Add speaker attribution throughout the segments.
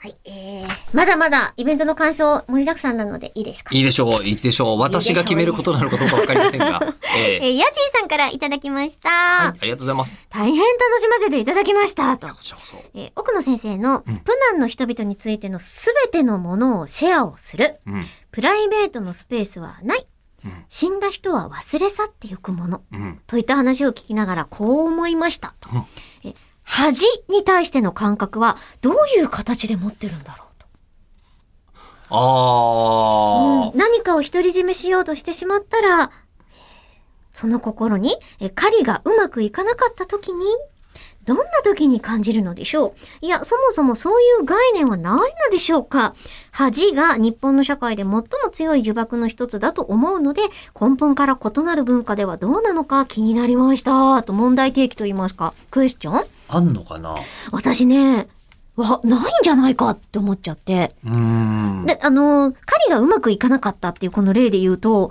Speaker 1: はい、えー、まだまだイベントの感想盛りだくさんなのでいいですか
Speaker 2: いいでしょう、いいでしょう。私が決めることなのかどうかわかりませんが。え
Speaker 1: え
Speaker 2: え
Speaker 1: ー、ヤチーさんからいただきました。
Speaker 2: はい、ありがとうございます。
Speaker 1: 大変楽しませていただきました。と。
Speaker 2: こちらこそ。
Speaker 1: えー奥野先生の、プナンの人々についてのすべてのものをシェアをする。
Speaker 2: うん、
Speaker 1: プライベートのスペースはない。
Speaker 2: うん
Speaker 1: 死んだ人は忘れ去ってゆくもの。
Speaker 2: うん。
Speaker 1: といった話を聞きながらこう思いました。と
Speaker 2: うん
Speaker 1: え恥に対しての感覚はどういう形で持ってるんだろうと。
Speaker 2: あー。
Speaker 1: 何かを独り占めしようとしてしまったら、その心にえ狩りがうまくいかなかった時に、どんな時に感じるのでしょういや、そもそもそういう概念はないのでしょうか恥が日本の社会で最も強い呪縛の一つだと思うので、根本から異なる文化ではどうなのか気になりました。と問題提起と言いますか、クエスチョン
Speaker 2: あんのかな
Speaker 1: 私ね、わ、ないんじゃないかって思っちゃって。
Speaker 2: うーん。
Speaker 1: で、あの、狩りがうまくいかなかったっていうこの例で言うと、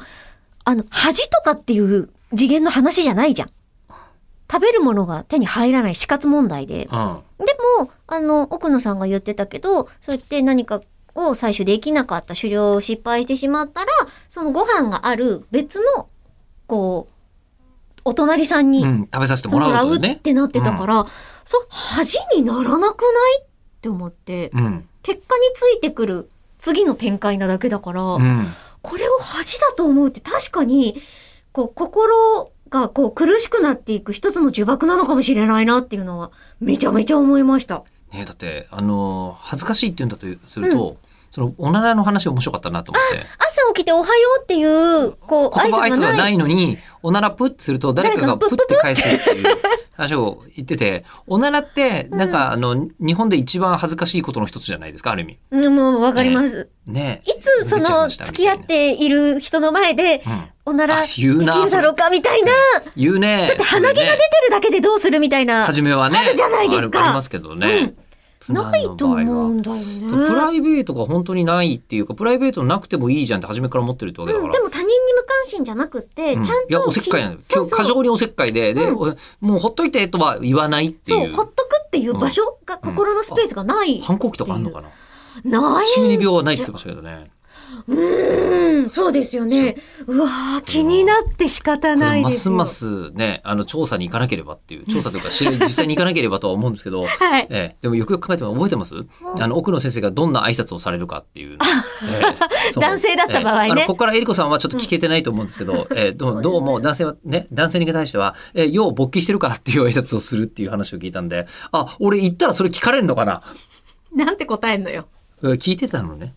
Speaker 1: あの、恥とかっていう次元の話じゃないじゃん。食べるものが手に入らない死活問題で。で
Speaker 2: うん。
Speaker 1: も、あの、奥野さんが言ってたけど、そうやって何かを採取できなかった、狩猟を失敗してしまったら、そのご飯がある別の、こう、お隣さんに
Speaker 2: うん、食べさせても
Speaker 1: も
Speaker 2: ら
Speaker 1: ら
Speaker 2: う
Speaker 1: う
Speaker 2: と
Speaker 1: っ
Speaker 2: ね。
Speaker 1: てなってたから、そう、恥にならなくないって思って。
Speaker 2: うん。
Speaker 1: 結果についてくる次の展開なだけだから、
Speaker 2: うん。
Speaker 1: これを恥だと思うって確かに、こう、心がこう苦しくなっていく一つの呪縛なのかもしれないなっていうのは、めちゃめちゃ思いました。
Speaker 2: ねだって、あのー恥ずかしいって言うんだとすると、その、おならの話面白かったなと思って。
Speaker 1: 朝起きておはようっていう、こう、
Speaker 2: 言葉挨
Speaker 1: 挨
Speaker 2: 拶
Speaker 1: 拶
Speaker 2: が
Speaker 1: が
Speaker 2: な
Speaker 1: ない。
Speaker 2: いのに、おならプッてすると誰かがプ
Speaker 1: 誰かがプ
Speaker 2: ッ
Speaker 1: ッ
Speaker 2: て返すっていう話を言ってて、おならって、なんかあの、日本で一番恥ずかしいことの一つじゃないですか、ある意味。
Speaker 1: うんもうわかります。
Speaker 2: ね
Speaker 1: いつその付き合っ、ている人の前で
Speaker 2: うん
Speaker 1: おなら
Speaker 2: あ
Speaker 1: でき
Speaker 2: 言う
Speaker 1: る
Speaker 2: な
Speaker 1: だろうかみたいな、出
Speaker 2: 言うね。だって
Speaker 1: 鼻毛が出てるだけでどうするみたいな。
Speaker 2: 初めはね。
Speaker 1: あるじゃないですか
Speaker 2: あるありますけどね。プナン
Speaker 1: ない
Speaker 2: の
Speaker 1: と
Speaker 2: 場合は
Speaker 1: 思うんだよね。
Speaker 2: プライベートが本当にないっていうか、プライベートなくてもいいじゃんって初めから思ってるってわけだか
Speaker 1: う
Speaker 2: ら。
Speaker 1: ん、でも他人に無関心じゃなくって、
Speaker 2: うん
Speaker 1: ちゃんと
Speaker 2: いや、おせっかいなのよ。今
Speaker 1: そう
Speaker 2: 日、
Speaker 1: そう
Speaker 2: 過剰におせっかいで、で、
Speaker 1: うん
Speaker 2: おもうほっといてとは言わないって
Speaker 1: そ
Speaker 2: いうう
Speaker 1: ほ。っとくっていう場所が、心のスペースがない、
Speaker 2: 反抗期とかあんのかな
Speaker 1: ない
Speaker 2: 心理病はないって言ってましたけどね。
Speaker 1: うーんそうですよねうわー気になって仕方
Speaker 2: こ
Speaker 1: な
Speaker 2: れ
Speaker 1: いで
Speaker 2: ますす
Speaker 1: よ
Speaker 2: ますね、あの、調査に行かなければっていう、調査というか、知 り実際に行かなければとは思うんですけど、
Speaker 1: はい
Speaker 2: ええ、でもよくよく考えても覚えてますあの、奥野先生がどんな挨拶をされるかっていう。ええそう
Speaker 1: 男性だった場合ね
Speaker 2: ええあのここからえりこさんはちょっと聞けてないと思うんですけど、ええどうどう も男性はね、男性に対しては、ええよう勃起してるかっていう挨拶をするっていう話を聞いたんで、あ、俺行ったらそれ聞かれるのかな
Speaker 1: なんて答えんのよ
Speaker 2: ええ聞いてたのね。